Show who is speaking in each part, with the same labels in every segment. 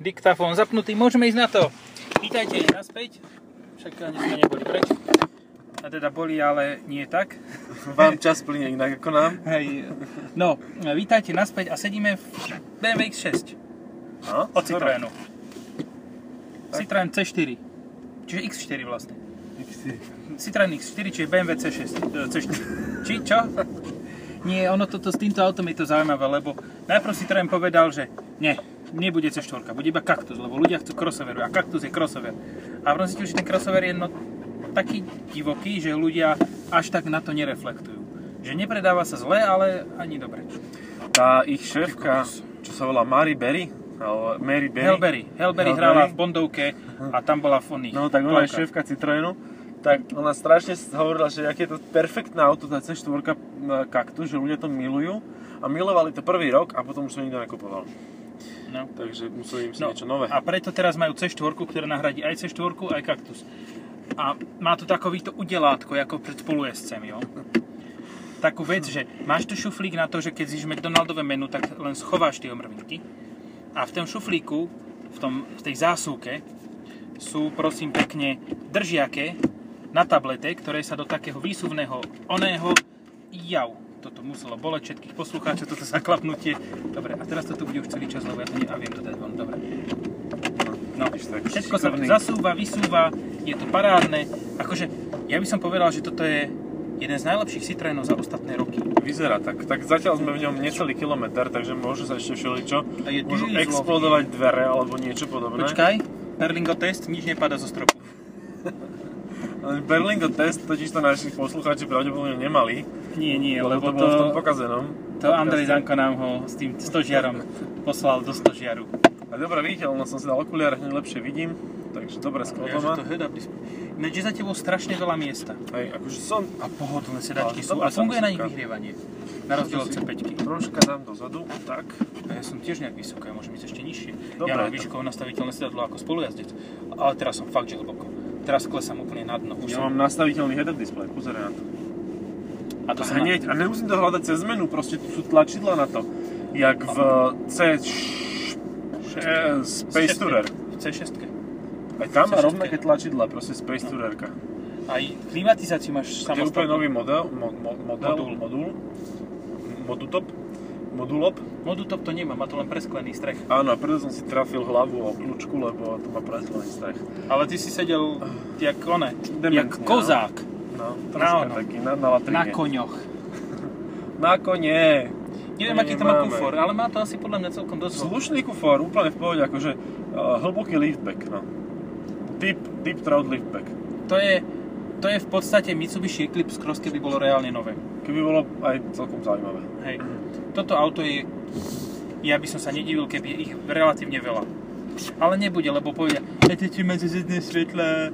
Speaker 1: diktafón zapnutý, môžeme ísť na to. Vítajte naspäť, však ani sme neboli preč. A teda boli, ale nie tak.
Speaker 2: Vám čas plyne inak ako nám.
Speaker 1: Hej. No, vítajte naspäť a sedíme v BMW X6
Speaker 2: No,
Speaker 1: od Citroenu. Citroen C4. Čiže X4 vlastne. Citroen X4, čiže BMW C6. e, C4. Či čo? Nie, ono toto s týmto autom je to zaujímavé, lebo najprv Citroen povedal, že nie, nebude C4, bude iba kaktus, lebo ľudia chcú crossoveru a kaktus je crossover. A v si už ten crossover je no, taký divoký, že ľudia až tak na to nereflektujú. Že nepredáva sa zle, ale ani dobre.
Speaker 2: Tá ich šéfka, čo sa volá Mary Berry, alebo Mary Berry.
Speaker 1: Hellberry. Hellberry
Speaker 2: Hail
Speaker 1: hrála
Speaker 2: Berry.
Speaker 1: v Bondovke a tam bola v oných.
Speaker 2: No tak ona je
Speaker 1: plavkách.
Speaker 2: šéfka Citroenu. Tak ona strašne hovorila, že aké je to perfektné auto, tá C4 e, Cactus, že ľudia to milujú. A milovali to prvý rok a potom už to nikto nekupoval.
Speaker 1: No.
Speaker 2: Takže museli im si
Speaker 1: No,
Speaker 2: niečo nové.
Speaker 1: A preto teraz majú C4, ktorá nahradí aj C4, aj kaktus. A má to takovýto udelátko, ako pred spolujezdcem, jo? Takú vec, že máš tu šuflík na to, že keď zíš McDonaldové menu, tak len schováš tie omrvinky. A v tom šuflíku, v, tom, v tej zásuvke, sú prosím pekne držiake na tablete, ktoré sa do takého výsuvného oného jau. Toto muselo boleť všetkých poslucháčov, toto zaklapnutie. Dobre, a teraz to tu bude už celý čas, lebo ja to ne, a viem to dať von. Dobre. No,
Speaker 2: Vidíš, tak
Speaker 1: všetko sa
Speaker 2: šikovný.
Speaker 1: zasúva, vysúva, je to parádne. Akože, ja by som povedal, že toto je jeden z najlepších Citroenov za ostatné roky.
Speaker 2: Vyzerá tak. Tak zatiaľ sme v ňom necelý kilometr, takže môže sa ešte všeličo.
Speaker 1: A je
Speaker 2: Môžu
Speaker 1: dieselový.
Speaker 2: explodovať dvere alebo niečo podobné.
Speaker 1: Počkaj, Perlingo test, nič nepada zo stropu.
Speaker 2: Berlingo test totiž to naši poslucháči pravdepodobne nemali,
Speaker 1: Nie, nie, lebo
Speaker 2: lebo to bolo v tom
Speaker 1: to,
Speaker 2: pokazenom.
Speaker 1: to Andrej Danko nám ho s tým stožiarom poslal do stožiaru.
Speaker 2: A dobre, viditeľno som si dal okuliare, hneď lepšie vidím, takže dobre sklo to má.
Speaker 1: Ináč je za tebou strašne veľa miesta.
Speaker 2: Hej, akože som
Speaker 1: A pohodlné sedačky
Speaker 2: Ale
Speaker 1: sú
Speaker 2: dobrá
Speaker 1: a funguje na nich
Speaker 2: samosúka.
Speaker 1: vyhrievanie. Na rozdiel od
Speaker 2: si-
Speaker 1: C5.
Speaker 2: troška tam dozadu, tak.
Speaker 1: Ja som tiež nejak vysoko, ja môžem ísť ešte nižšie.
Speaker 2: Dobre,
Speaker 1: ja mám
Speaker 2: tak.
Speaker 1: výškovo nastaviteľné sedadlo ako spolujazdec, ale teraz som fakt že hlboko. Teraz klesám úplne na dno. Už
Speaker 2: Ja
Speaker 1: som...
Speaker 2: mám nastaviteľný head-up display, pozeraj na to.
Speaker 1: A to som
Speaker 2: Hneď, a nemusím to hľadať cez menu, proste tu sú tlačidla na to. Jak v eh, C... š- e, Space Tourer.
Speaker 1: V C6.
Speaker 2: Aj tam má
Speaker 1: C6.
Speaker 2: rovnaké tlačidla, proste Space Tourerka.
Speaker 1: Aj klimatizáciu máš
Speaker 2: To je úplne
Speaker 1: samostatnú.
Speaker 2: nový model, mo, mo, model,
Speaker 1: Modul.
Speaker 2: modul, modul, modutop, modulop.
Speaker 1: Modutop to nemá, má to len presklený strech.
Speaker 2: Áno, a preto som si trafil hlavu o kľúčku, lebo to má presklený strach.
Speaker 1: Ale ty si sedel jak one,
Speaker 2: Dementný,
Speaker 1: jak
Speaker 2: Ah. no.
Speaker 1: kozák
Speaker 2: No,
Speaker 1: Na
Speaker 2: troška
Speaker 1: ono.
Speaker 2: taký, na, na latrine.
Speaker 1: na koňoch.
Speaker 2: Na kone.
Speaker 1: Neviem,
Speaker 2: To
Speaker 1: aký to má
Speaker 2: nemáme.
Speaker 1: kufor, ale má to asi podľa mňa celkom dosť.
Speaker 2: Slušný kufor, úplne v pohode, akože uh, hlboký liftback, no. Deep, deep throat liftback.
Speaker 1: To je, to je v podstate Mitsubishi Eclipse Cross, keby bolo reálne nové.
Speaker 2: Keby bolo aj celkom zaujímavé.
Speaker 1: Hej. Toto auto je, ja by som sa nedivil, keby je ich relatívne veľa. Ale nebude, lebo povedia, ja ti máte zjedné svetla.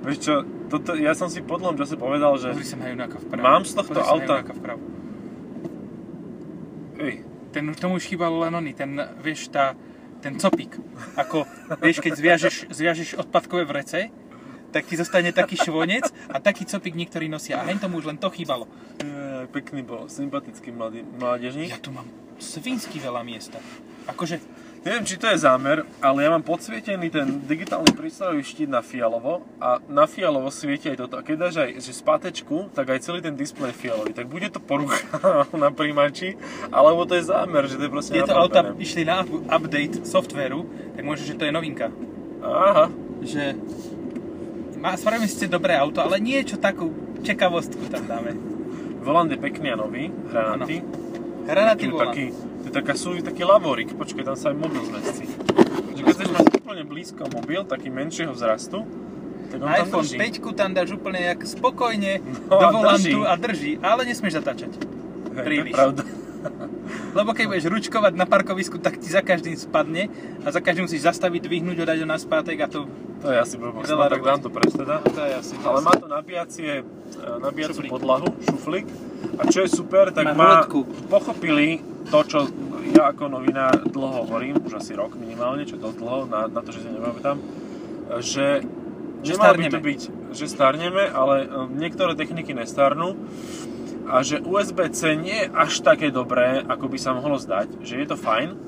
Speaker 2: Vieš čo, toto, ja som si po dlhom čase povedal, že...
Speaker 1: Pozri sa na junáka vpravo.
Speaker 2: Mám z
Speaker 1: Pozri
Speaker 2: tohto
Speaker 1: sa na
Speaker 2: auta-
Speaker 1: junáka vpravo.
Speaker 2: Ej,
Speaker 1: Ten, tomu už chýbal len oný, ten, vieš, tá, ten copík. Ako, vieš, keď zviažeš, zviažeš odpadkové vrece, tak ti zostane taký švonec a taký copík niektorí nosia. A hen tomu už len to chýbalo.
Speaker 2: e, pekný bol, sympatický mladý, mládežník.
Speaker 1: Ja tu mám svinsky veľa miesta. Akože,
Speaker 2: Neviem, či to je zámer, ale ja mám podsvietený ten digitálny prístrojový štít na fialovo a na fialovo svieti aj toto. A keď dáš aj že spátečku, tak aj celý ten displej je fialový. Tak bude to porucha na príjmači, alebo to je zámer, že to je proste
Speaker 1: tieto auta
Speaker 2: nafarbené.
Speaker 1: išli na up- update softvéru, tak môže, že to je novinka.
Speaker 2: Aha,
Speaker 1: Že má, spravíme síce dobré auto, ale niečo takú čekavostku tam dáme.
Speaker 2: volant je pekný a nový, hranatý.
Speaker 1: Hranatý
Speaker 2: Taký-
Speaker 1: volant.
Speaker 2: Taký, to je taká sú, taký lavorik, počkaj, tam sa aj mobil zmestí. Že keď chceš mať úplne blízko mobil, taký menšieho vzrastu, tak on tam
Speaker 1: iPhone
Speaker 2: drží.
Speaker 1: 5 tam dáš úplne jak spokojne do
Speaker 2: No a
Speaker 1: volantu
Speaker 2: drží.
Speaker 1: a drží, ale nesmieš zatáčať.
Speaker 2: Hej, to je
Speaker 1: príliš.
Speaker 2: pravda.
Speaker 1: Lebo keď budeš ručkovať na parkovisku, tak ti za každým spadne a za každým musíš zastaviť, dvihnúť ho, dať ho na spátek a to,
Speaker 2: To je asi blbosť,
Speaker 1: Veľa
Speaker 2: no, tak
Speaker 1: roboty.
Speaker 2: dám to preč teda.
Speaker 1: to je asi
Speaker 2: Ale má to nabíjacie, e, nabíjacú
Speaker 1: Šuflík.
Speaker 2: podlahu, šuflík. A čo je super,
Speaker 1: Má
Speaker 2: tak má,
Speaker 1: ruletku.
Speaker 2: pochopili to, čo ja ako novinár dlho hovorím, už asi rok minimálne, čo je dosť dlho, na, na to, že si nepamätám, že,
Speaker 1: Že
Speaker 2: nemalo by
Speaker 1: starneme.
Speaker 2: to byť, že starneme, ale e, niektoré techniky nestarnú a že USB-C nie je až také dobré, ako by sa mohlo zdať, že je to fajn,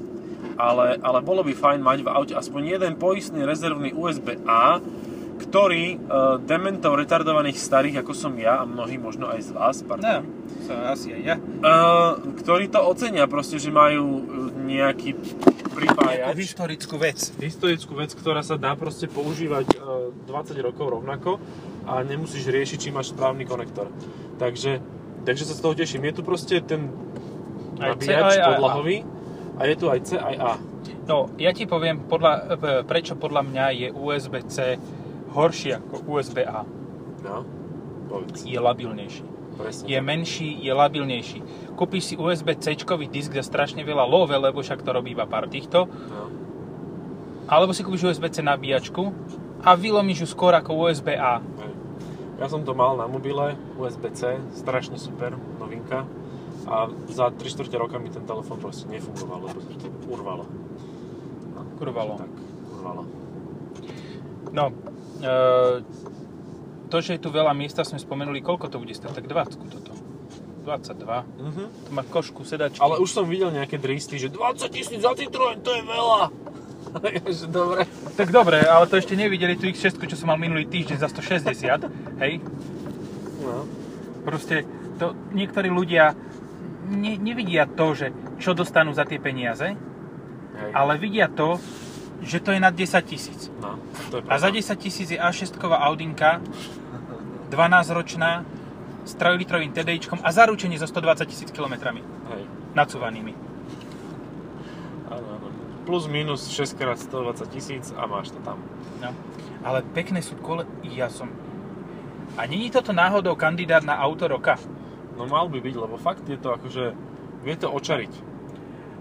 Speaker 2: ale, ale bolo by fajn mať v aute aspoň jeden poistný rezervný USB-A, ktorý e, dementov retardovaných starých, ako som ja a mnohí možno aj z vás, pardon,
Speaker 1: No, to asi aj ja.
Speaker 2: uh, ktorí to ocenia proste, že majú e, nejaký
Speaker 1: Nejakú
Speaker 2: pripájač.
Speaker 1: historickú vec.
Speaker 2: Historickú vec, ktorá sa dá proste používať e, 20 rokov rovnako a nemusíš riešiť, či máš správny konektor. Takže, takže sa z toho teším. Je tu proste ten
Speaker 1: Aj C,
Speaker 2: nabíjač
Speaker 1: aj A.
Speaker 2: podlahový a je tu aj C, aj A.
Speaker 1: No, ja ti poviem, podľa, e, prečo podľa mňa je USB-C horší ako USB-A.
Speaker 2: No, povedz.
Speaker 1: Je labilnejší.
Speaker 2: Presne.
Speaker 1: Je menší, je labilnejší. Kúpiš si USB-C disk za strašne veľa love, lebo však to robí iba pár týchto.
Speaker 2: No.
Speaker 1: Alebo si kúpiš USB-C nabíjačku a vylomíš ju skôr ako USB-A.
Speaker 2: Hej. Ja som to mal na mobile, USB-C, strašne super, novinka. A za 3 čtvrte roka mi ten telefon proste nefungoval, lebo sa to urvalo.
Speaker 1: Kurvalo.
Speaker 2: Tak, urvalo.
Speaker 1: No, e, to, že je tu veľa miesta, sme spomenuli, koľko to bude stať, tak 20 toto. 22.
Speaker 2: Mhm.
Speaker 1: To má košku, sedačky.
Speaker 2: Ale už som videl nejaké dristy, že 20 tisíc za Citroen, to je veľa. Jaže, dobre.
Speaker 1: Tak dobre, ale to ešte nevideli tú X6, čo som mal minulý týždeň za 160, hej?
Speaker 2: No.
Speaker 1: Proste to, niektorí ľudia ne, nevidia to, že čo dostanú za tie peniaze,
Speaker 2: Hej.
Speaker 1: ale vidia to, že to je na 10 tisíc.
Speaker 2: No, to je
Speaker 1: A za
Speaker 2: pravda.
Speaker 1: 10 tisíc je A6 Audinka, 12-ročná, s 3-litrovým TDIčkom a zaručenie so 120 tisíc kilometrami
Speaker 2: Hej.
Speaker 1: nacúvanými.
Speaker 2: Áno, áno. Plus minus 6x120 tisíc a máš to tam.
Speaker 1: No. Ale pekné sú kole... Ja som... A není toto náhodou kandidát na auto roka?
Speaker 2: No mal by byť, lebo fakt je to akože, vie to očariť.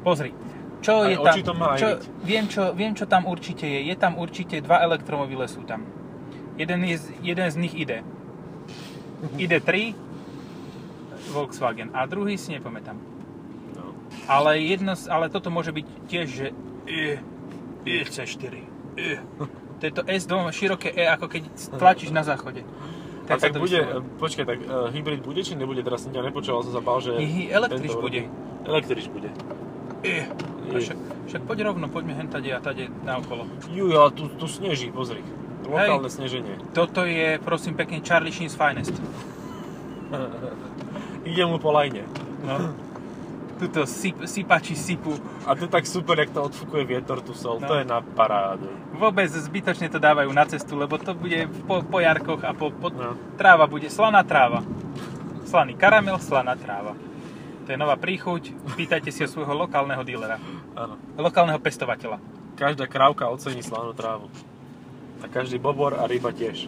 Speaker 1: Pozri, čo
Speaker 2: Aj
Speaker 1: je tam,
Speaker 2: oči to má aj
Speaker 1: čo,
Speaker 2: byť.
Speaker 1: viem, čo, viem, čo tam určite je. Je tam určite dva elektromobile sú tam. Jeden, je, z- jeden z nich ide.
Speaker 2: Mhm.
Speaker 1: Ide 3 Volkswagen a druhý si nepamätám.
Speaker 2: No.
Speaker 1: Ale, jedno, z- ale toto môže byť tiež, že E, E C4. E. To je to S2, široké E, ako keď tlačíš na záchode.
Speaker 2: Tak,
Speaker 1: sa to
Speaker 2: tak bude,
Speaker 1: vyslovuje.
Speaker 2: počkaj, tak e, hybrid bude či nebude? Teraz som ťa nepočúval, som sa bál, že...
Speaker 1: Hi, hi, električ
Speaker 2: tento-
Speaker 1: bude.
Speaker 2: Električ bude.
Speaker 1: E. A
Speaker 2: Je.
Speaker 1: Však, však poď rovno, poďme hen tade a tade naokolo.
Speaker 2: Juj, ale tu, tu sneží, pozri. Lokálne sneženie.
Speaker 1: Toto je, prosím pekne, Charlie Sheen's Finest.
Speaker 2: Ide mu po lajne.
Speaker 1: No. Tuto syp, sypači sypu.
Speaker 2: A to je tak super, jak to odfúkuje vietor tu sol.
Speaker 1: No.
Speaker 2: To je na parádu.
Speaker 1: Vôbec zbytočne to dávajú na cestu, lebo to bude po, po jarkoch a po, po
Speaker 2: No.
Speaker 1: tráva bude slaná tráva. Slaný karamel, slaná tráva. To je nová príchuť. Pýtajte si o svojho lokálneho dílera.
Speaker 2: Áno.
Speaker 1: Lokálneho pestovateľa.
Speaker 2: Každá krávka ocení slanú trávu. A každý bobor a ryba tiež.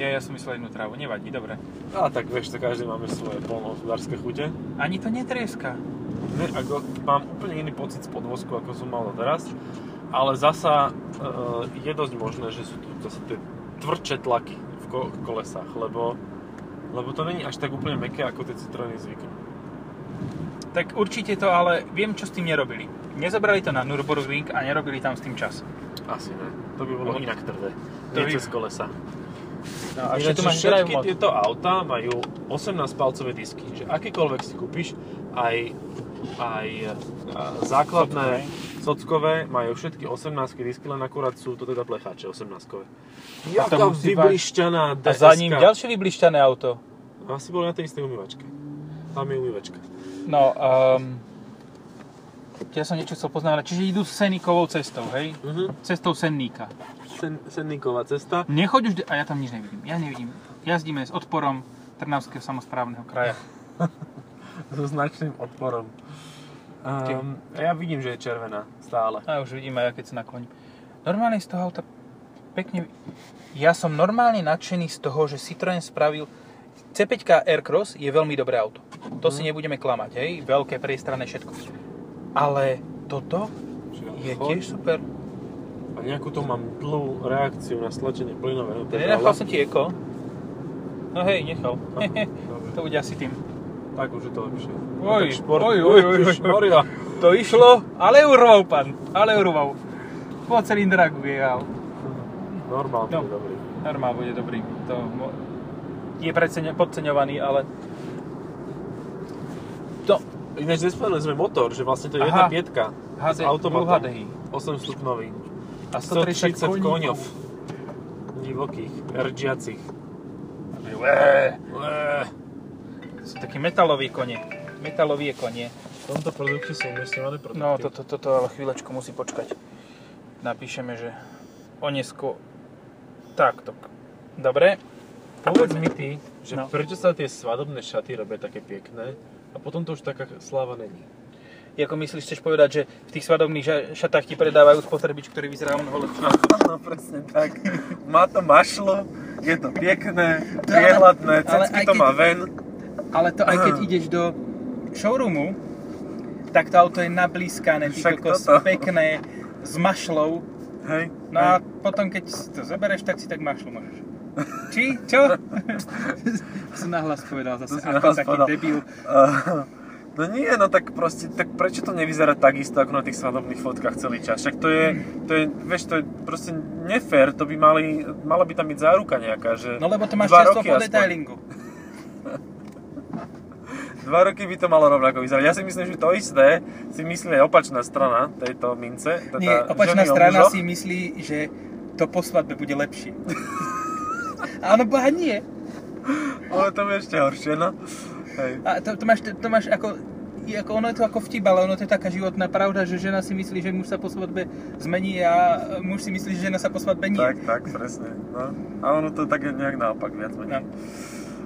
Speaker 1: Ja, ja som myslel jednu trávu, nevadí, dobre.
Speaker 2: A tak vieš, to každý máme svoje polnohospodárske chute.
Speaker 1: Ani to netrieska.
Speaker 2: Ne, ako, mám úplne iný pocit z podvozku, ako som mal teraz, ale zasa e, je dosť možné, že sú tu zase tie tvrdšie tlaky v ko- kolesách, lebo, lebo to není až tak úplne meké, ako tie Citroeny zvyknú.
Speaker 1: Tak určite to, ale viem, čo s tým nerobili. Nezobrali to na Nürburgring a nerobili tam s tým čas.
Speaker 2: Asi ne. To by bolo
Speaker 1: No.
Speaker 2: inak tvrdé.
Speaker 1: To
Speaker 2: Nie
Speaker 1: by-
Speaker 2: cez kolesa.
Speaker 1: No,
Speaker 2: A Ináč, všetky tieto autá majú 18-palcové disky, že akékoľvek si kúpiš, aj, aj a, základné sockové majú všetky 18 disky, len akurát sú to teda plechače 18-kové.
Speaker 1: A to
Speaker 2: Jaká
Speaker 1: musí A
Speaker 2: vyblišťaná DSK.
Speaker 1: za ním ďalšie vyblišťané auto.
Speaker 2: No, Asi boli na tej istej umývačke. Tam je umývačka.
Speaker 1: No, um, ja som niečo chcel poznávať. Čiže idú Senikovou cestou, hej?
Speaker 2: Mhm.
Speaker 1: Cestou Senníka.
Speaker 2: Sen, senníková cesta.
Speaker 1: Nechoď už... de- A ja tam nič nevidím. Ja nevidím. Jazdíme s odporom Trnavského samozprávneho kraja.
Speaker 2: So značným odporom. Um, ja vidím, že je červená stále.
Speaker 1: A už vidím aj ja, keď sa nakloním. Normálne z toho auta pekne... Ja som normálne nadšený z toho, že Citroën spravil... C5 Aircross je veľmi dobré auto. To si nebudeme klamať, hej? Veľké, priestranné, všetko. Ale toto je tiež super.
Speaker 2: A nejakú to mám dlhú reakciu na stlačenie plynového
Speaker 1: Nenechal som ti eko. No hej, nechal.
Speaker 2: Dobre.
Speaker 1: to bude asi tým.
Speaker 2: Tak už je to lepšie. No,
Speaker 1: Oj,
Speaker 2: tak šport,
Speaker 1: oj, oj, oj, oj.
Speaker 2: šporila.
Speaker 1: To išlo, ale urval pán, ale urval. Po cylindraku jehal.
Speaker 2: Normálne,
Speaker 1: No.
Speaker 2: no. dobrý.
Speaker 1: Normál bude dobrý. To mo- je preceň- podceňovaný, ale... To,
Speaker 2: Ináč nespomenuli sme motor, že vlastne to je jedna
Speaker 1: Aha.
Speaker 2: pietka
Speaker 1: HD,
Speaker 2: s automatom.
Speaker 1: Full HDI.
Speaker 2: 8 stupnový.
Speaker 1: A
Speaker 2: 130
Speaker 1: 130
Speaker 2: koňov.
Speaker 1: koníkov.
Speaker 2: Divokých, rdžiacich.
Speaker 1: Ué, Sú takí metaloví kone. Metalovie konie.
Speaker 2: V tomto produkte sú investované produkty.
Speaker 1: No, toto, toto ale chvíľočku musí počkať. Napíšeme, že onesko... Takto. Dobre.
Speaker 2: Povedz mi ty, že
Speaker 1: No.
Speaker 2: prečo sa tie svadobné šaty robia také pekné a potom to už taká sláva není.
Speaker 1: Ako myslíš, chceš povedať, že v tých svadobných ža- šatách ti predávajú spotrebič, ktorý vyzerá o mnoho lepšie?
Speaker 2: No presne tak. Má to mašlo, je to pekné,
Speaker 1: priehľadné, cecky to má
Speaker 2: ven.
Speaker 1: Ale to aj keď ideš do showroomu, tak to auto je nablískané, ty
Speaker 2: Však
Speaker 1: kokos,
Speaker 2: toto.
Speaker 1: pekné, s mašľou.
Speaker 2: Hej.
Speaker 1: No a potom, keď si to zoberieš, tak si tak mašľu môžeš. Či? Čo? som nahlas povedal
Speaker 2: To
Speaker 1: zase,
Speaker 2: si
Speaker 1: ako
Speaker 2: nahlas
Speaker 1: taký
Speaker 2: povedal.
Speaker 1: debil.
Speaker 2: Uh, No nie, no tak proste, tak prečo to nevyzerá takisto ako na tých svadobných fotkách celý čas? Však to je, to je, vieš, to je proste nefér, to by mali, mala by tam byť záruka nejaká, že
Speaker 1: No lebo to máš
Speaker 2: dva
Speaker 1: často
Speaker 2: roky
Speaker 1: po
Speaker 2: aspoň.
Speaker 1: detailingu.
Speaker 2: Dva roky by to malo rovnako vyzerať. Ja si myslím, že to isté si myslí aj opačná strana tejto mince. Teda
Speaker 1: Nie, opačná
Speaker 2: ženy o
Speaker 1: strana
Speaker 2: mužoch.
Speaker 1: si myslí, že to po svadbe bude lepšie. Áno, boha nie.
Speaker 2: Ale to je ešte horšie, no. Hej.
Speaker 1: A to, to, máš, to, to máš ako, je ako, ono je to ako vtip, ale ono to je taká životná pravda, že žena si myslí, že muž sa po svadbe zmení a muž si myslí, že žena sa po svadbe nie.
Speaker 2: Tak, tak, presne. No. A ono to tak je nejak naopak viac
Speaker 1: No.
Speaker 2: menej.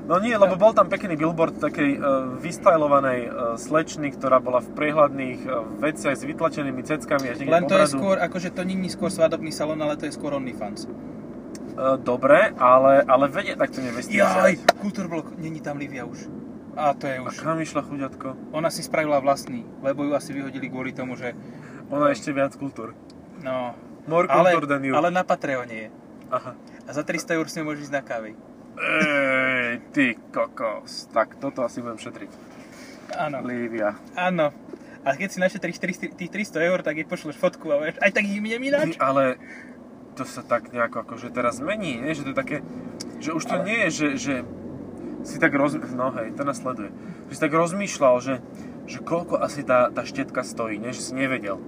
Speaker 2: No nie, lebo bol tam pekný billboard takej uh, vystylovanej uh, slečny, ktorá bola v priehľadných uh, veciach s vytlačenými ceckami a niekde
Speaker 1: Len to je
Speaker 2: obrazu.
Speaker 1: skôr, akože to není skôr svadobný salon, ale to je skôr OnlyFans.
Speaker 2: Uh, dobre, ale, ale vedie takto nevestia.
Speaker 1: Jaj, Kulturblok, není tam Livia už. A to je
Speaker 2: A
Speaker 1: už.
Speaker 2: kam išla chuďatko?
Speaker 1: Ona si spravila vlastný, lebo ju asi vyhodili kvôli tomu, že
Speaker 2: Ona ešte viac kultúr.
Speaker 1: no...
Speaker 2: More
Speaker 1: Ale,
Speaker 2: kultúr than you.
Speaker 1: ale na Patreone je.
Speaker 2: Aha.
Speaker 1: A za 300 eur si môžeš ísť na kávy.
Speaker 2: Ej, ty kokos. Tak toto asi budem šetriť.
Speaker 1: Áno.
Speaker 2: Lívia.
Speaker 1: Áno. A keď si našetríš 300 tých 300 eur, tak jej pošleš fotku a vieš, aj tak ich idem
Speaker 2: Ty,
Speaker 1: ináč.
Speaker 2: Hm, ale to sa tak nejako akože teraz mení, nie? že to je také, že už to
Speaker 1: Ale-
Speaker 2: nie je, že, že si tak roz... no hej, to nás sleduje, že si tak rozmýšľal, že, že koľko asi tá, tá štetka stojí, nie? že si nevedel.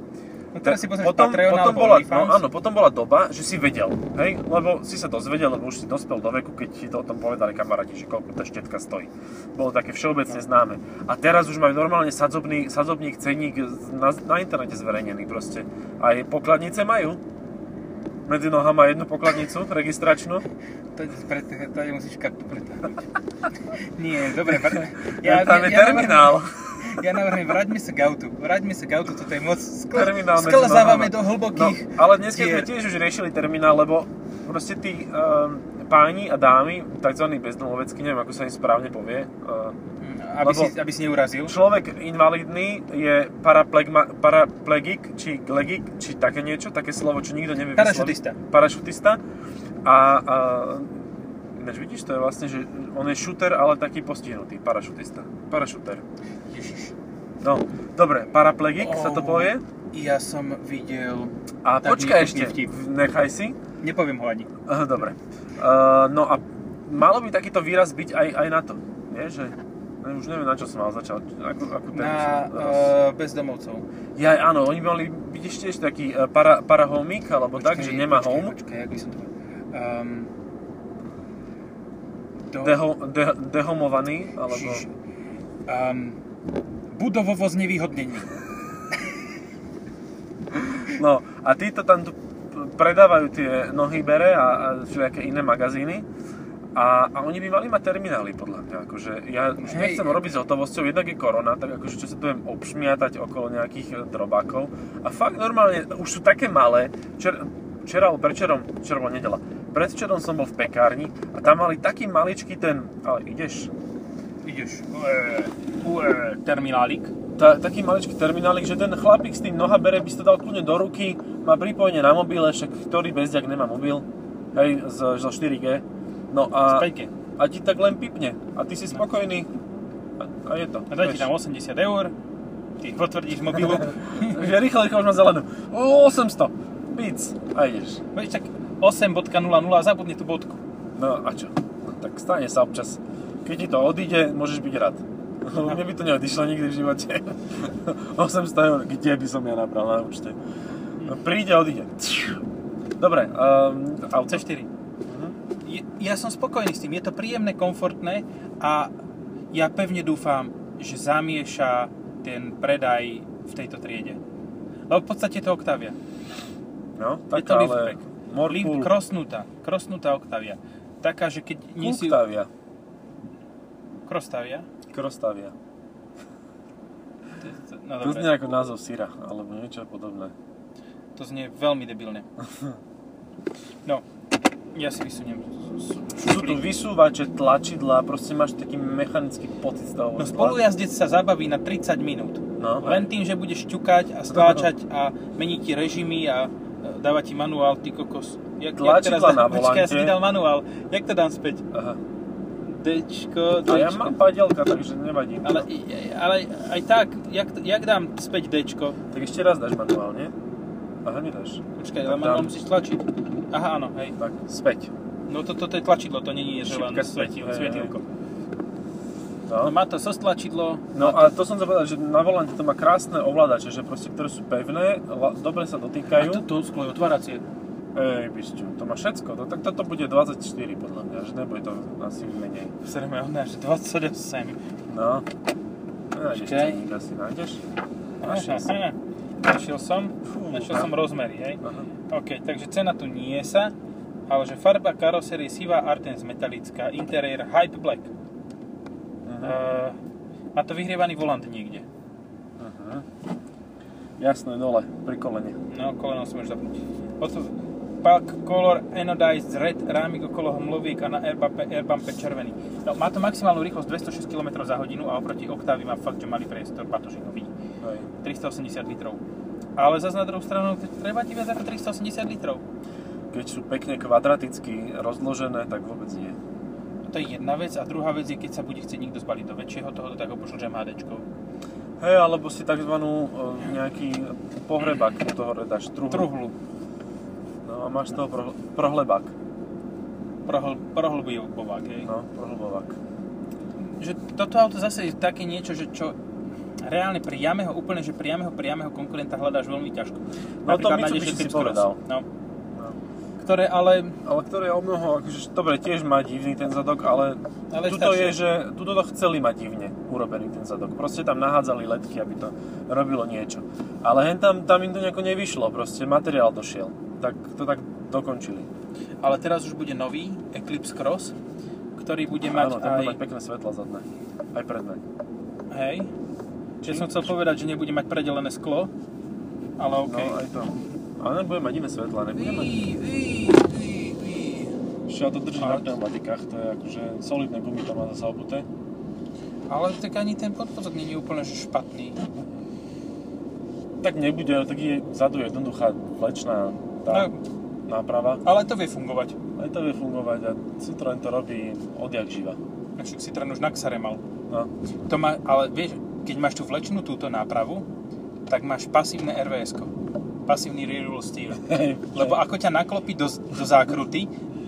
Speaker 1: No teraz si pozrieš
Speaker 2: potom,
Speaker 1: Patreon
Speaker 2: potom
Speaker 1: alebo
Speaker 2: bola, no,
Speaker 1: OnlyFans.
Speaker 2: áno, potom bola doba, že si vedel, hej? lebo si sa dozvedel, lebo už si dospel do veku, keď ti to o tom povedali kamaráti, že koľko tá štetka stojí. Bolo také všeobecne známe. A teraz už majú normálne sadzobný, sadzobník, cenník z- na, na internete zverejnený proste. Aj pokladnice majú. Medzi nohama jednu pokladnicu registračnú.
Speaker 1: To, je pre, to je musíš kartu pretáhnuť. Nie, dobre, vr-
Speaker 2: Ja, tam je terminál.
Speaker 1: navrhujem- ja navrhujem, vráťme sa k autu. Vráťme sa k autu, toto je moc... Skl-
Speaker 2: terminál medzi
Speaker 1: sklzávame
Speaker 2: nohami.
Speaker 1: do hlbokých
Speaker 2: No, ale dnes keď sme
Speaker 1: dier.
Speaker 2: tiež už riešili terminál, lebo proste tí um, páni a dámy, tzv. bezdomovecky, neviem ako sa im správne povie, uh,
Speaker 1: Mm, aby,
Speaker 2: lebo-
Speaker 1: si, aby si neurazil.
Speaker 2: človek invalidný je paraplegma, paraplegik, či glegik, či také niečo, také slovo, čo nikto nevie
Speaker 1: Parašutista.
Speaker 2: vysloviť. Parašutista. A, a Ináč vidíš, to je vlastne, že on je šuter, ale taký postihnutý, parašutista. Parašuter.
Speaker 1: Ježiš.
Speaker 2: No, dobre, paraplegik sa to
Speaker 1: Oh.
Speaker 2: povie.
Speaker 1: Ja som videl...
Speaker 2: A
Speaker 1: Taký
Speaker 2: počkaj
Speaker 1: vtipný
Speaker 2: ešte,
Speaker 1: vtip.
Speaker 2: nechaj si.
Speaker 1: Nepoviem ho ani.
Speaker 2: Aha, dobre. Uh, no a malo by takýto výraz byť aj, aj na to. Nie, že... Ne, už neviem, na čo som mal začať. Ako, ako
Speaker 1: Na
Speaker 2: No, teraz-
Speaker 1: eh, bezdomovcov.
Speaker 2: Ja, áno, oni by mali byť ešte ešte taký eh, para, para homík, alebo No tak, že nemá
Speaker 1: počkej,
Speaker 2: home.
Speaker 1: Počkaj, jak by som to... Um, do,
Speaker 2: Deho, de, dehomovaný, alebo...
Speaker 1: Ježiš. um, budovovo znevýhodnený.
Speaker 2: No, a títo tam tu predávajú tie nohy bere a, a všelijaké iné magazíny. A, a oni by mali mať terminály, podľa mňa. Akože ja už
Speaker 1: Hej.
Speaker 2: nechcem robiť s hotovosťou, jednak je korona, tak akože čo sa tu budem obšmiatať okolo nejakých e, drobákov. A fakt normálne, už sú také malé. Včera, včera alebo predčerom, včera bola nedela, predvčerom som bol v pekárni a tam mali taký maličký ten, ale ideš,
Speaker 1: Ideš. Ué, ué, terminálik.
Speaker 2: ta, taký maličký terminálik, že ten chlapík s tým nohabere by si to dal kľudne do ruky, má pripojenie na mobile, však ktorý bezďak nemá mobil, hej, z, zo 4G. No a,
Speaker 1: Späťke.
Speaker 2: a ti tak len pipne a ty si spokojný a, a je to.
Speaker 1: A daj ti
Speaker 2: vieš.
Speaker 1: tam 80 eur, ty potvrdíš v mobilu.
Speaker 2: že rýchlo, rýchlo už má zelenú. O, 800, bic a ideš.
Speaker 1: Vieš, tak 8.00 a zabudne tú bodku.
Speaker 2: No a čo? No, tak stane sa občas. Keď ti to odíde, môžeš byť rád. Lebo mne by to neodišlo nikdy v živote. 800 eur, kde by som ja nabral na účte? No, Príde, odíde. Dobre, um, auto.
Speaker 1: C4.
Speaker 2: Mhm.
Speaker 1: Je- Ja som spokojný s tým, je to príjemné, komfortné a ja pevne dúfam, že zamieša ten predaj v tejto triede. Lebo v podstate je to Octavia.
Speaker 2: No,
Speaker 1: je to
Speaker 2: taká, ale...
Speaker 1: liftback. Lift,
Speaker 2: Morpul.
Speaker 1: krosnutá, krosnutá Octavia. Taká, že keď nie si...
Speaker 2: Kultavia.
Speaker 1: Krostavia?
Speaker 2: Krostavia.
Speaker 1: To je- to- No
Speaker 2: To
Speaker 1: dobre,
Speaker 2: znie ako názov syra, alebo niečo podobné.
Speaker 1: to znie veľmi debilne. No, ja si vysuniem z- z-
Speaker 2: Sú tu vysúvače, tlačidla, proste máš taký mechanický pocit z toho
Speaker 1: No
Speaker 2: vozidla.
Speaker 1: spolujazdec sa zabaví na 30 minút.
Speaker 2: No,
Speaker 1: Len tým, že budeš ťukať a stláčať a meniť ti režimy a e, dávať ti manuál, ty kokos. Jak, jak
Speaker 2: Tlačidla
Speaker 1: teraz dám,
Speaker 2: na
Speaker 1: počkaj, ja som
Speaker 2: volante.
Speaker 1: ti dal manuál. Jak to dám späť?
Speaker 2: Aha.
Speaker 1: Dčko,
Speaker 2: A ja
Speaker 1: Dčko.
Speaker 2: mám padielka, takže nevadí.
Speaker 1: Ale, ale aj tak, jak, jak dám späť Dčko?
Speaker 2: Tak ešte raz dáš manuálne. Aha, nedáš.
Speaker 1: Počkaj,
Speaker 2: Tak
Speaker 1: ale manuál
Speaker 2: dám.
Speaker 1: musíš tlačiť. Aha, áno, hej.
Speaker 2: Tak, späť.
Speaker 1: No toto to, to je tlačidlo, to není je, že len
Speaker 2: Šipka
Speaker 1: svetil,
Speaker 2: späť, hej,
Speaker 1: svetilko. No
Speaker 2: No.
Speaker 1: má to sos tlačidlo,
Speaker 2: No a to som sa povedal, že na volante to má krásne ovládače, že proste, ktoré sú pevné, la, dobre sa
Speaker 1: a
Speaker 2: dotýkajú.
Speaker 1: to, to sklo je otváracie.
Speaker 2: Ej, bisťu, to má všetko. To, tak toto bude 24 podľa mňa, že nebude to asi menej.
Speaker 1: Serme, ona, že 28.
Speaker 2: No. Nájdeš
Speaker 1: Počkaj.
Speaker 2: cenník, asi nájdeš.
Speaker 1: Aha,
Speaker 2: Našiel som.
Speaker 1: aha. Našiel som,
Speaker 2: Fú.
Speaker 1: našiel som rozmery, hej.
Speaker 2: Aha.
Speaker 1: OK, takže cena tu nie sa, ale že farba karosérie sivá Artens metalická, interiér Hype Black.
Speaker 2: Aha.
Speaker 1: Uh, má to vyhrievaný volant niekde.
Speaker 2: Aha. Jasné, dole, pri kolene.
Speaker 1: No, koleno si môžeš zapnúť. Oto, Pack Color Anodized Red, rámik okolo hmloviek a na airbumpe, airbumpe červený. No, má to maximálnu rýchlosť 206 km za hodinu a oproti Octavii má fakt, že malý priestor, batožinový.
Speaker 2: Hej.
Speaker 1: 380 litrov. Ale zase na druhú stranu, treba ti viac ako 380 litrov.
Speaker 2: Keď sú pekne kvadraticky rozložené, tak vôbec nie.
Speaker 1: To je jedna vec a druhá vec je, keď sa bude chcieť niekto zbaliť do väčšieho tohoto, tak ho pošlo MHDčkou.
Speaker 2: Hej, alebo si tzv. nejaký pohrebak do toho dáš, truhlu.
Speaker 1: Truhlu,
Speaker 2: No a máš z toho pro, prohlebák.
Speaker 1: prohl, prohlbujú bovák, hej.
Speaker 2: No, prohlebák.
Speaker 1: Že toto auto zase je také niečo, že čo reálne priameho, úplne, že priameho, priameho konkurenta hľadáš veľmi ťažko.
Speaker 2: No, to
Speaker 1: Napríklad
Speaker 2: Mitsubishi
Speaker 1: nájdeš, že
Speaker 2: si
Speaker 1: Tips
Speaker 2: povedal.
Speaker 1: Cross. No.
Speaker 2: No.
Speaker 1: Ktoré ale,
Speaker 2: Ale ktoré je o mnoho, akože, dobre, tiež má divný ten zadok, ale,
Speaker 1: Ale
Speaker 2: tuto
Speaker 1: staršie.
Speaker 2: je, že tuto to chceli mať divne urobený ten zadok. Proste tam nahádzali letky, aby to robilo niečo. Ale hen tam, tam im to nejako nevyšlo, proste materiál došiel. Tak to tak dokončili.
Speaker 1: ale teraz už bude nový Eclipse Cross, ktorý bude mať
Speaker 2: Áno,
Speaker 1: aj...
Speaker 2: tam budú mať pekné svetla zadné. Aj predné.
Speaker 1: Hej. Čiže som chcel povedať, že nebude mať predelené sklo, ale OK.
Speaker 2: No, aj to. Ale nebude mať iné svetla, nebude mať... Ešte to drží
Speaker 1: na
Speaker 2: na pneumatikách, to je akože solidné gumy to má zase obuté.
Speaker 1: Ale tak ani ten podvozok nie je úplne že špatný.
Speaker 2: Tak nebude, ale taký je vzadu jednoduchá vlečná tá
Speaker 1: No.
Speaker 2: náprava.
Speaker 1: Ale to vie fungovať.
Speaker 2: Aj to vie fungovať a Citroen to robí odjak živa.
Speaker 1: Však si tren už na ksare mal.
Speaker 2: No.
Speaker 1: To má, ale vieš, keď máš tú vlečnú túto nápravu, tak máš pasívne rvs -ko. Pasívny rear wheel steer.
Speaker 2: Hej,
Speaker 1: Lebo ako ťa naklopí do, do zákruty,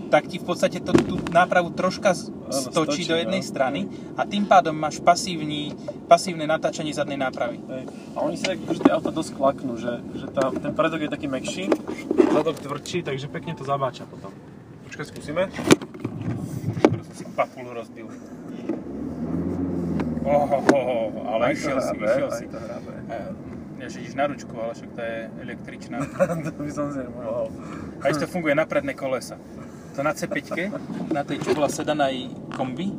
Speaker 1: tak ti v podstate to, tú nápravu troška z-
Speaker 2: Áno,
Speaker 1: stočí
Speaker 2: stočí, no.
Speaker 1: do jednej
Speaker 2: áno.
Speaker 1: strany a tým pádom máš pasívny, pasívne natáčanie zadnej nápravy.
Speaker 2: hej. A oni si tak akože tie auta dosť klaknú, že, že tá, ten predok je taký mekší, zadok tvrdší, takže pekne to zabáča potom. Počkaj, skúsime.
Speaker 1: Proste si papulu rozbil. Ohoho, ale išiel si, išiel si. Ehm,
Speaker 2: to hrabe.
Speaker 1: Ja, že ideš na ručku, ale však to je električná.
Speaker 2: to by som si nemohol.
Speaker 1: A ešte funguje na predné kolesa. To na C5, na tej, čo bola sedan aj kombi,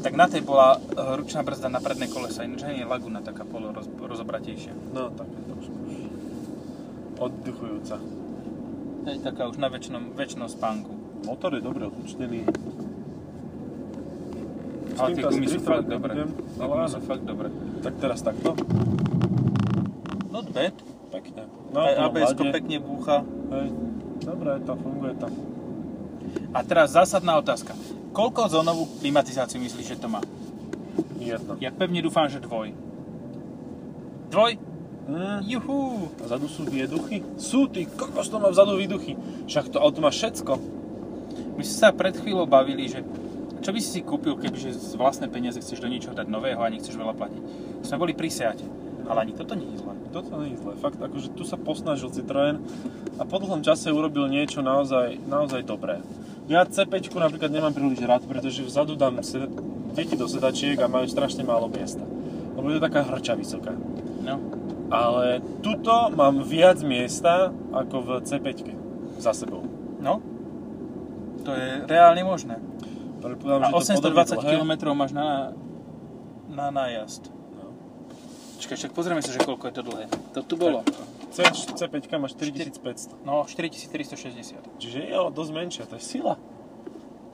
Speaker 1: tak na tej bola e, ručná brzda na predné kolesa. Ináč aj je Laguna taká polo roz, rozobratejšia.
Speaker 2: No, tak je trošku už oddychujúca.
Speaker 1: Hej, taká už na väčšnom, väčšnom spánku.
Speaker 2: Motor je dobre odúčtený. S
Speaker 1: Ale
Speaker 2: týmto
Speaker 1: tie
Speaker 2: asi
Speaker 1: gumy sú
Speaker 2: driftovať
Speaker 1: fakt dobré.
Speaker 2: nebudem,
Speaker 1: Tie
Speaker 2: ale
Speaker 1: gumy
Speaker 2: áno.
Speaker 1: sú fakt dobré.
Speaker 2: Tak teraz takto.
Speaker 1: Not bad.
Speaker 2: Pekne.
Speaker 1: No, aj
Speaker 2: plnom
Speaker 1: abs
Speaker 2: lade.
Speaker 1: pekne búcha.
Speaker 2: Hej. Dobre, to funguje to.
Speaker 1: A teraz zásadná otázka. Koľko zónovú klimatizáciu myslíš, že to má?
Speaker 2: Jedno.
Speaker 1: Ja pevne dúfam, že dvoj. Dvoj?
Speaker 2: Mm.
Speaker 1: Juhú!
Speaker 2: A Vzadu sú výduchy? Sú, ty kokos, to má vzadu výduchy. Však to auto má všetko.
Speaker 1: My sme sa pred chvíľou bavili, že Čo by si si kúpil, kebyže z vlastné peniaze chceš do niečoho dať nového a nechceš veľa platiť? Sme boli pri Seate, ale ani toto nie je zle.
Speaker 2: Toto nie je zle. Fakt, akože tu sa posnažil Citroën a po dlhom čase urobil niečo naozaj, naozaj dobré. Ja C5 napríklad nemám príliš rád, pretože vzadu dám se- deti do sedačiek a majú strašne málo miesta. Lebo je to taká hrča vysoká.
Speaker 1: No.
Speaker 2: Ale tuto mám viac miesta ako v C5 za sebou.
Speaker 1: No. To je reálne možné.
Speaker 2: Predpokladám,
Speaker 1: A
Speaker 2: že to podobne
Speaker 1: 820
Speaker 2: dlhé.
Speaker 1: km máš na, na nájazd.
Speaker 2: No.
Speaker 1: Čakaj, však pozrieme sa, že koľko je to dlhé. To tu bolo.
Speaker 2: No, C, C5 má 4500,
Speaker 1: No, 4360.
Speaker 2: čiže je o dosť menšia, to je sila.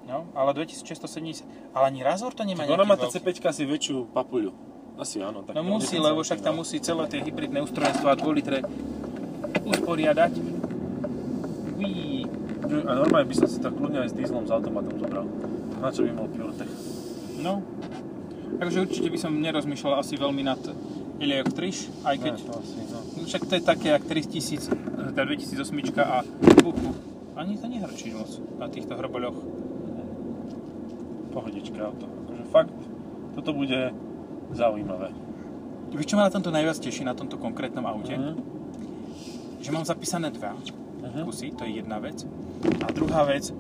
Speaker 1: No, ale 2670. Ale ani razor to nemá
Speaker 2: Tak ona má tá
Speaker 1: veľký.
Speaker 2: C5 asi väčšiu papuľu. Asi áno. Tak
Speaker 1: No musí, lebo však tam musí celé tie hybridné ustrojenstvo a 2 litre usporiadať. Uí.
Speaker 2: A normálne by som si to kľudne aj s dieslom, s automatom zobral. Na čo by mal PureTech?
Speaker 1: No. Takže určite by som nerozmýšľal asi veľmi nad Elioktríš, aj keď...
Speaker 2: Ne, to asi, no.
Speaker 1: No však to je také, jak teda 3000, tá 2008 a pupu. Ani to nehrčíš moc na týchto hrboľoch.
Speaker 2: Pohodička auto. Akože fakt, toto bude zaujímavé.
Speaker 1: Vieš, čo ma na tomto najviac teší, na tomto konkrétnom aute?
Speaker 2: Mhm.
Speaker 1: Že mám zapísané dva
Speaker 2: Mhm.
Speaker 1: kusy, to je jedna vec. A druhá vec,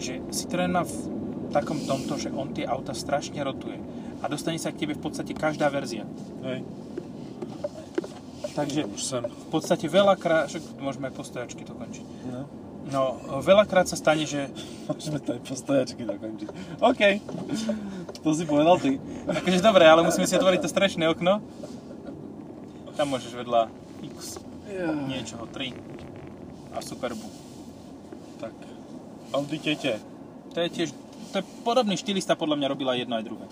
Speaker 1: že Citroen má v takom tomto, že on tie auta strašne rotuje. A dostane sa k tebe v podstate každá verzia.
Speaker 2: Hej,
Speaker 1: Takže
Speaker 2: už sem.
Speaker 1: v podstate veľakrát, však môžeme aj postojačky to končiť.
Speaker 2: No.
Speaker 1: No, veľakrát sa stane, že
Speaker 2: Môžeme to aj postojačky dokončiť. OK. To si povedal ty.
Speaker 1: Akože dobre, ale musíme si otvoriť to strešné okno. Tam môžeš vedľa X niečoho, 3 a Superbu.
Speaker 2: Tak. Audi tete.
Speaker 1: To je tiež, to je podobný štýlista, podľa mňa robila jedno aj druhé.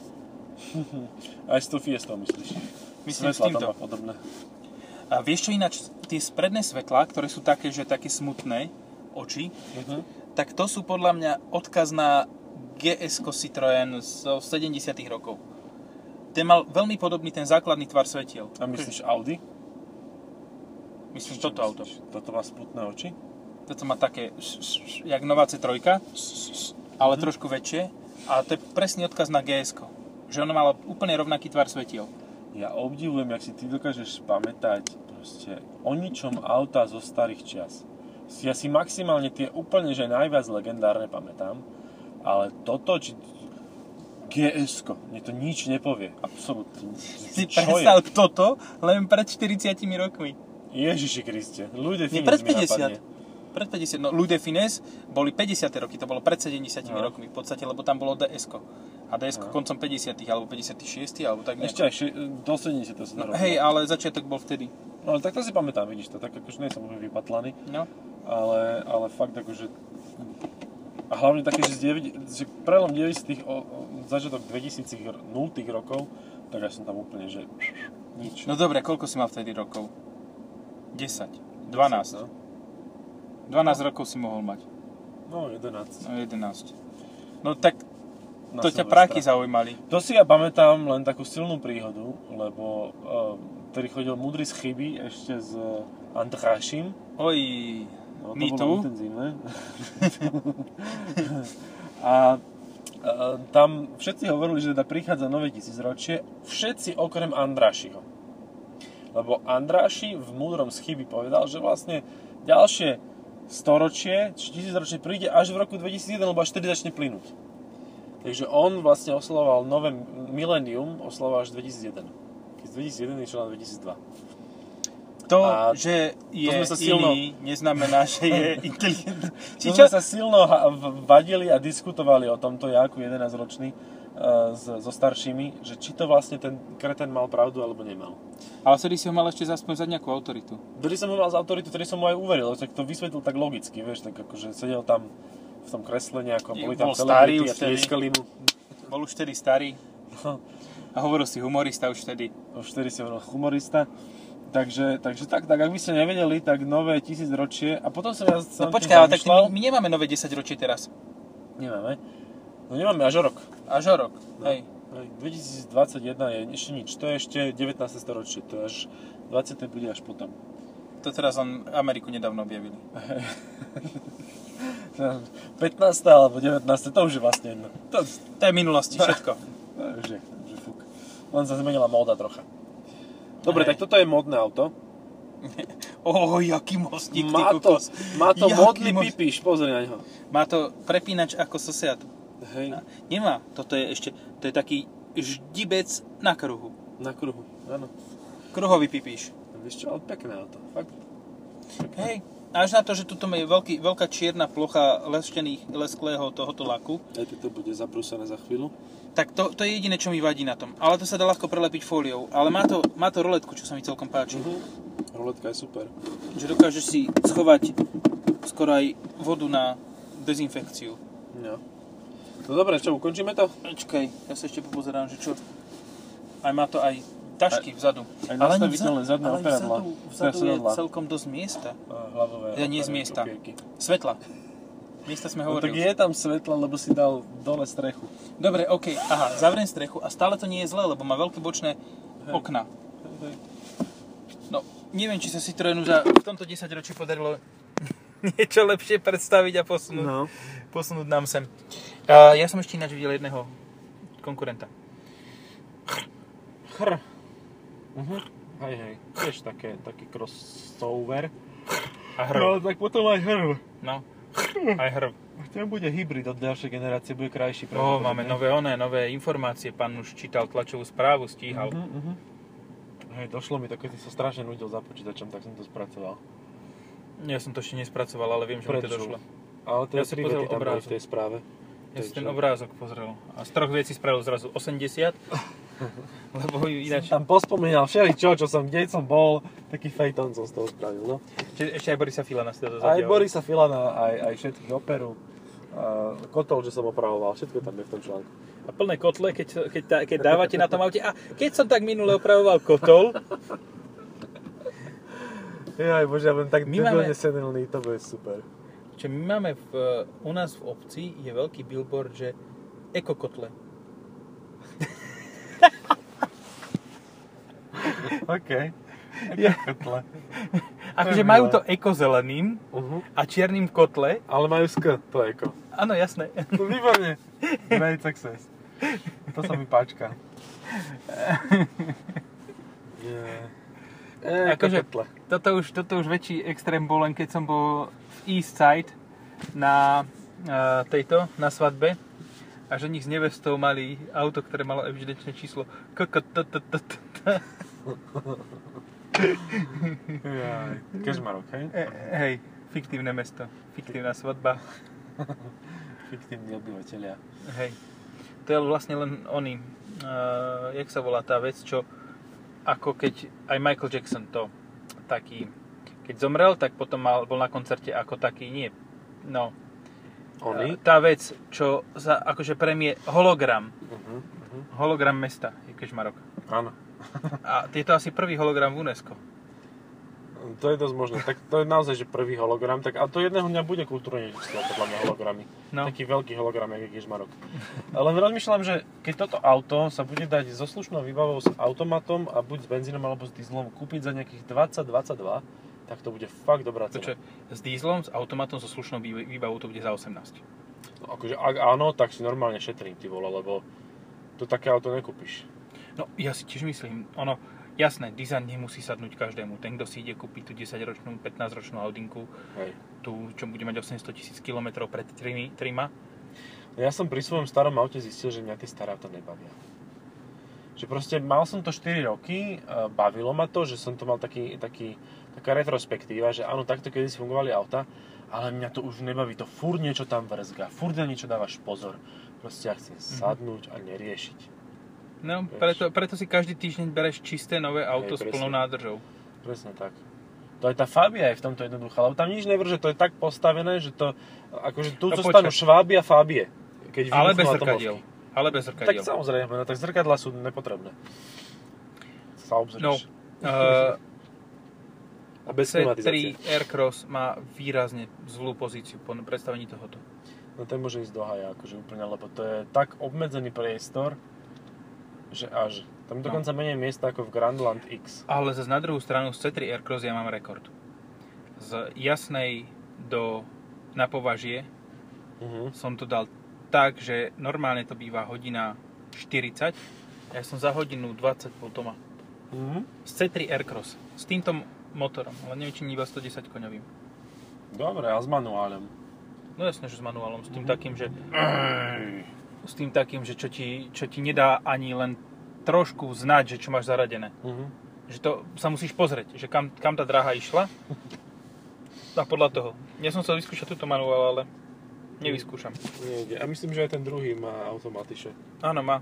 Speaker 2: Aj s tou Fiestou myslíš.
Speaker 1: Myslím s
Speaker 2: Svetlá
Speaker 1: týmto.
Speaker 2: tam má podobné.
Speaker 1: A vieš čo ináč, tie spredné svetlá, ktoré sú také, že také smutné oči,
Speaker 2: Mhm.
Speaker 1: tak to sú podľa mňa odkaz na gs Citroën zo 70 rokov. Ten mal veľmi podobný ten základný tvar svetiel.
Speaker 2: A myslíš Audi?
Speaker 1: Myslím, toto auto.
Speaker 2: Toto má sputné oči?
Speaker 1: Toto má také, š, š, š, jak nová C3, ale
Speaker 2: Mhm.
Speaker 1: trošku väčšie. A to je presný odkaz na gs Že ono malo úplne rovnaký tvar svetiel.
Speaker 2: Ja obdivujem, jak si ty dokážeš pamätať proste o ničom auta zo starých čias. Ja si maximálne tie úplne, že najviac legendárne pamätám, ale toto, či gs mne to nič nepovie. Absolutne.
Speaker 1: Si
Speaker 2: Čo je?
Speaker 1: prestal toto len pred 40 rokmi.
Speaker 2: Ježiši Kriste, ľudia
Speaker 1: Nie,
Speaker 2: Finis
Speaker 1: pred
Speaker 2: Hm, mi napadne.
Speaker 1: 50. Pred 50. No, Lude Fines boli 50. roky, to bolo pred 70
Speaker 2: No.
Speaker 1: rokmi v podstate, lebo tam bolo ds A ds
Speaker 2: No.
Speaker 1: koncom 50. alebo 56. alebo tak nejako.
Speaker 2: Ešte aj še- do 70 to sa
Speaker 1: No,
Speaker 2: no,
Speaker 1: hej, ale začiatok bol vtedy.
Speaker 2: no, ale takto si pamätám, vidíš to, tak akože nie som úplne vypatlaný,
Speaker 1: No.
Speaker 2: ale, ale fakt akože a hlavne také, že, z 9, že prelom 90 o, o, začiatok 2000 nultých rokov, tak ja som tam úplne, že nič.
Speaker 1: no dobre, koľko si mal vtedy rokov? 10. 12.
Speaker 2: No,
Speaker 1: 12 rokov si mohol mať.
Speaker 2: no 11.
Speaker 1: No 11. No tak
Speaker 2: Na
Speaker 1: to ťa
Speaker 2: Silvestra.
Speaker 1: práky zaujímali.
Speaker 2: To si ja pamätám len takú silnú príhodu, lebo uh, ktorý chodil múdry z eh, chyby ešte s Andrášim.
Speaker 1: Oj,
Speaker 2: No, to
Speaker 1: My
Speaker 2: bolo
Speaker 1: tu?
Speaker 2: intenzívne. a e, tam všetci hovorili, že teda prichádza nové tisícročie, všetci okrem Andrášiho. Lebo Andráši v múdrom schyby povedal, že vlastne ďalšie storočie, či tisícročie príde až v roku 2001, lebo až vtedy začne plynúť. Takže on vlastne oslovoval nové milénium, oslovoval až 2001. Keď 2001 išiel na 2002.
Speaker 1: to,
Speaker 2: A
Speaker 1: že je
Speaker 2: sme sa silno-
Speaker 1: iný, neznamená, že je inteligentný. Či
Speaker 2: Či
Speaker 1: čo?
Speaker 2: sme sa silno ha- v- vadili a diskutovali o tomto, ja ako 11-ročný, e, s- so staršími, že či to vlastne ten kreten mal pravdu alebo nemal.
Speaker 1: Ale vtedy si ho mal ešte aspoň za nejakú autoritu.
Speaker 2: Vtedy som ho mal z autoritu, ktorý som mu aj uveril, tak to vysvetlil tak logicky, vieš, tak akože sedel tam v tom kresle nejako,
Speaker 1: Je,
Speaker 2: boli tam
Speaker 1: bol starý
Speaker 2: celebrity
Speaker 1: už
Speaker 2: a
Speaker 1: vtedy.
Speaker 2: tlieskali mu.
Speaker 1: Bol už vtedy starý
Speaker 2: No,
Speaker 1: a hovoril si humorista už vtedy.
Speaker 2: už vtedy si hovoril humorista. Takže, takže tak, tak, ak by ste nevedeli, tak nové tisícročie. A potom som ja
Speaker 1: No
Speaker 2: som tým
Speaker 1: počkaj, ale tak
Speaker 2: zamýšľal-
Speaker 1: my, my nemáme nové 10 ročie teraz.
Speaker 2: Nemáme. No nemáme až o rok.
Speaker 1: Až o rok.
Speaker 2: No.
Speaker 1: Hej.
Speaker 2: Hej, 2021 je ešte nič, to je ešte 19. storočie, to je až 20. bude až potom.
Speaker 1: To teraz len Ameriku nedávno objavili.
Speaker 2: 15. alebo 19. to už je vlastne jedno. To,
Speaker 1: To je minulosti všetko.
Speaker 2: to už je, už je fuk. Len sa zmenila móda trocha. Dobre,
Speaker 1: Hej.
Speaker 2: tak toto je modné auto.
Speaker 1: Oho, jaký mostík, ty
Speaker 2: Má to,
Speaker 1: kokos.
Speaker 2: má to
Speaker 1: Jaký
Speaker 2: modný
Speaker 1: most-
Speaker 2: pipiš, pozri na neho.
Speaker 1: Má to prepínač ako sosiat.
Speaker 2: Hej,
Speaker 1: Nemá. Toto je ešte, to je taký ždibec na kruhu.
Speaker 2: na kruhu, áno.
Speaker 1: Kruhový pipíš.
Speaker 2: Vieš čo, ale pekné auto, fakt.
Speaker 1: Hej, až na to, že tuto je veľký, veľká čierna plocha leštených, lesklého tohoto laku,
Speaker 2: Aj toto bude zabrúsené za chvíľu.
Speaker 1: tak to, to je jediné, čo mi vadí na tom. Ale to sa dá ľahko prelepiť fóliou. Ale má to, má to roletku, čo sa mi celkom páči.
Speaker 2: Mhm. Roletka je super.
Speaker 1: Že dokážeš si schovať skoro aj vodu na dezinfekciu.
Speaker 2: No. No dobre, čo, ukončíme to?
Speaker 1: Počkaj, ja sa ešte popozerám, že čo... Aj má to aj tašky vzadu.
Speaker 2: aj nastaviteľné zadné
Speaker 1: ale
Speaker 2: operadla.
Speaker 1: vzadu, vzadu
Speaker 2: Teda
Speaker 1: je
Speaker 2: sedadla.
Speaker 1: celkom dosť miesta.
Speaker 2: Hlavové.
Speaker 1: Ja nie z miesta. Svetla. Miesta sme
Speaker 2: No, tak
Speaker 1: hovorili.
Speaker 2: je tam svetla, lebo si dal dole strechu.
Speaker 1: Dobre, OK, aha, zavriem strechu a stále to nie je zlé, lebo má veľké bočné okna. No, neviem, či sa Citroenu za v tomto 10 ročí podarilo niečo lepšie predstaviť a posunúť, no. posunúť nám sem. A ja som ešte ináč videl jedného konkurenta.
Speaker 2: Chr. Mhm. Hej, hej. Tiež také, taký crossover.
Speaker 1: A
Speaker 2: No,
Speaker 1: hrv.
Speaker 2: tak potom aj hrv.
Speaker 1: No, aj hrv.
Speaker 2: Ten bude hybrid od ďalšej generácie, bude krajší.
Speaker 1: No, máme nové oné, nové informácie, pán už čítal tlačovú správu, stíhal.
Speaker 2: Mhm, mhm. Hej, došlo mi to, keď som sa strašne nudil za počítačom, tak som to spracoval.
Speaker 1: Ja som to ešte nespracoval, ale viem, že mi to
Speaker 2: Prečo?
Speaker 1: došlo.
Speaker 2: Ale to
Speaker 1: Ja
Speaker 2: je
Speaker 1: som
Speaker 2: tri
Speaker 1: pozrel
Speaker 2: vety tam boli
Speaker 1: obrázok.
Speaker 2: v tej správe.
Speaker 1: Ja si ten
Speaker 2: Takže-
Speaker 1: obrázok pozrel a z troch vecí spravil zrazu 80, lebo ináč...
Speaker 2: Tam pospomínal všeli čo, čo som, kde som bol, taký fejton som z toho spravil, no.
Speaker 1: Čiže ešte aj Borisa Fila nás teda
Speaker 2: Aj
Speaker 1: zadiaľ.
Speaker 2: Borisa Filana, aj, aj všetkých operu, a kotol, že som opravoval, všetko tam je v tom článku.
Speaker 1: A plné kotle, keď, keď, tá- keď dávate na tom aute. A keď som tak minule opravoval kotol,
Speaker 2: Jaj, bože, ja budem tak
Speaker 1: My máme-
Speaker 2: debilne senilný, to bude super.
Speaker 1: čo my máme v, u nás v obci, je veľký billboard, že ekokotle.
Speaker 2: OK. Ja. Kotle.
Speaker 1: Akože
Speaker 2: milé.
Speaker 1: majú to ekozeleným
Speaker 2: Uh-huh.
Speaker 1: a čiernym kotle.
Speaker 2: Ale majú sk, to eko.
Speaker 1: Áno, jasné.
Speaker 2: No, výborne. Great success. To sa mi páčka. Yeah. E,
Speaker 1: Akože-
Speaker 2: kotle.
Speaker 1: Toto už, toto už väčší extrém bol, len keď som bol v Eastside na eh, tejto, na svadbe a že nich s nevestou mali auto, ktoré malo evidenčné číslo KKTTTT.
Speaker 2: Jaj. Kežmarok, hej?
Speaker 1: E, Hej, fiktívne mesto, fiktívna svadba,
Speaker 2: Fiktívni obyvateľia.
Speaker 1: hej. To je vlastne len oný, uh, jak sa volá tá vec, čo ako keď aj Michael Jackson to taký, keď zomrel, tak potom mal, bol na koncerte ako taký, nie, no,
Speaker 2: Oni?
Speaker 1: e, tá vec, čo sa akože premie hologram,
Speaker 2: Uh-huh, uh-huh.
Speaker 1: hologram mesta, je Kešmarok.
Speaker 2: Áno.
Speaker 1: A je to asi prvý hologram v UNESCO.
Speaker 2: To je dosť možné. Tak to je naozaj, že prvý hologram. Tak, a to jedného dňa bude kultúrne dedičstvo, podľa mňa hologramy.
Speaker 1: No.
Speaker 2: Taký veľký hologram, jak je Kežmarok. Len rozmýšľam, že keď toto auto sa bude dať so slušnou výbavou s automatom a buď s benzínom alebo s dieslom kúpiť za nejakých 20-22, tak to bude fakt dobrá
Speaker 1: Čo,
Speaker 2: cena.
Speaker 1: s dízlom, s automatom, so slušnou výba- výbavou to bude za 18.
Speaker 2: No, akože ak áno, tak si normálne šetrím, ty vole, lebo to také auto nekúpiš.
Speaker 1: No, ja si tiež myslím, ono, jasné, dizajn nemusí sadnúť každému. Ten, kto si ide kúpiť tú 10-ročnú, 15-ročnú Audinku,
Speaker 2: Hej.
Speaker 1: tú, čo bude mať 800 tisíc km pred trimi, trima,
Speaker 2: Ja som pri svojom starom aute zistil, že mňa tie staré auta nebavia. Že proste mal som to 4 roky, e, bavilo ma to, že som to mal taký, taký, taká retrospektíva, že áno, takto kedysi fungovali auta, ale mňa to už nebaví, to furt niečo tam vrzga, furt na niečo dávaš pozor. Proste ja chcem
Speaker 1: Mhm.
Speaker 2: sadnúť a neriešiť.
Speaker 1: No,
Speaker 2: Vieš.
Speaker 1: preto, preto si každý týždeň bereš čisté nové auto s
Speaker 2: presne.
Speaker 1: plnou nádržou.
Speaker 2: Presne tak. To aj tá Fabia je v tomto jednoduchá, lebo tam nič nevrže, to je tak postavené, že to, akože tu
Speaker 1: No
Speaker 2: zostanú
Speaker 1: počkaj.
Speaker 2: Šváby a Fábie. Keď
Speaker 1: Ale
Speaker 2: vybuchnú
Speaker 1: bez
Speaker 2: atomovky.
Speaker 1: zrkadiel. Ale bez
Speaker 2: Tak
Speaker 1: zrkadiel.
Speaker 2: samozrejme, no tak zrkadla sú nepotrebné. Sa obzrieš.
Speaker 1: No, uh,
Speaker 2: A bez klimatizácie.
Speaker 1: C3 Aircross má výrazne zlú pozíciu po predstavení tohoto.
Speaker 2: No ten môže ísť do haja, akože úplne, lebo to je tak obmedzený priestor, že až. Tam je dokonca menej miesta ako v Grandland X.
Speaker 1: Ale zase na druhú stranu z C3 Aircross ja mám rekord. z jasnej do na považie
Speaker 2: Uh-huh.
Speaker 1: som to dal tak, že normálne to býva hodina 40. Ja som za hodinu 20 bol doma.
Speaker 2: Uh-huh.
Speaker 1: Z C3 Aircross. S týmto motorom, ale neviem, či iba 110 koňovým.
Speaker 2: Dobre, a s manuálem.
Speaker 1: No jasne, že s manuálom, s tým takým, že... S tým takým, že čo ti, čo ti nedá ani len trošku znať, že čo máš zaradené.
Speaker 2: Uh-huh.
Speaker 1: Že to sa musíš pozrieť, že kam, kam tá dráha išla. A podľa toho. Ja som chcel vyskúšať túto manuál, ale nevyskúšam.
Speaker 2: Nejde. A myslím, že aj ten druhý má automatiše.
Speaker 1: Áno, má.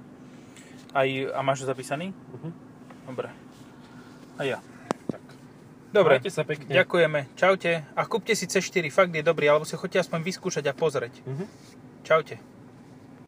Speaker 1: Aj, a máš to zapísaný?
Speaker 2: Mhm.
Speaker 1: Dobre. A ja.
Speaker 2: Tak.
Speaker 1: Dobre,
Speaker 2: Majte sa pekne.
Speaker 1: ďakujeme. Čaute. A kúpte si C4, fakt je dobrý, alebo si chodte aspoň vyskúšať a pozrieť.
Speaker 2: Mhm.
Speaker 1: Čaute.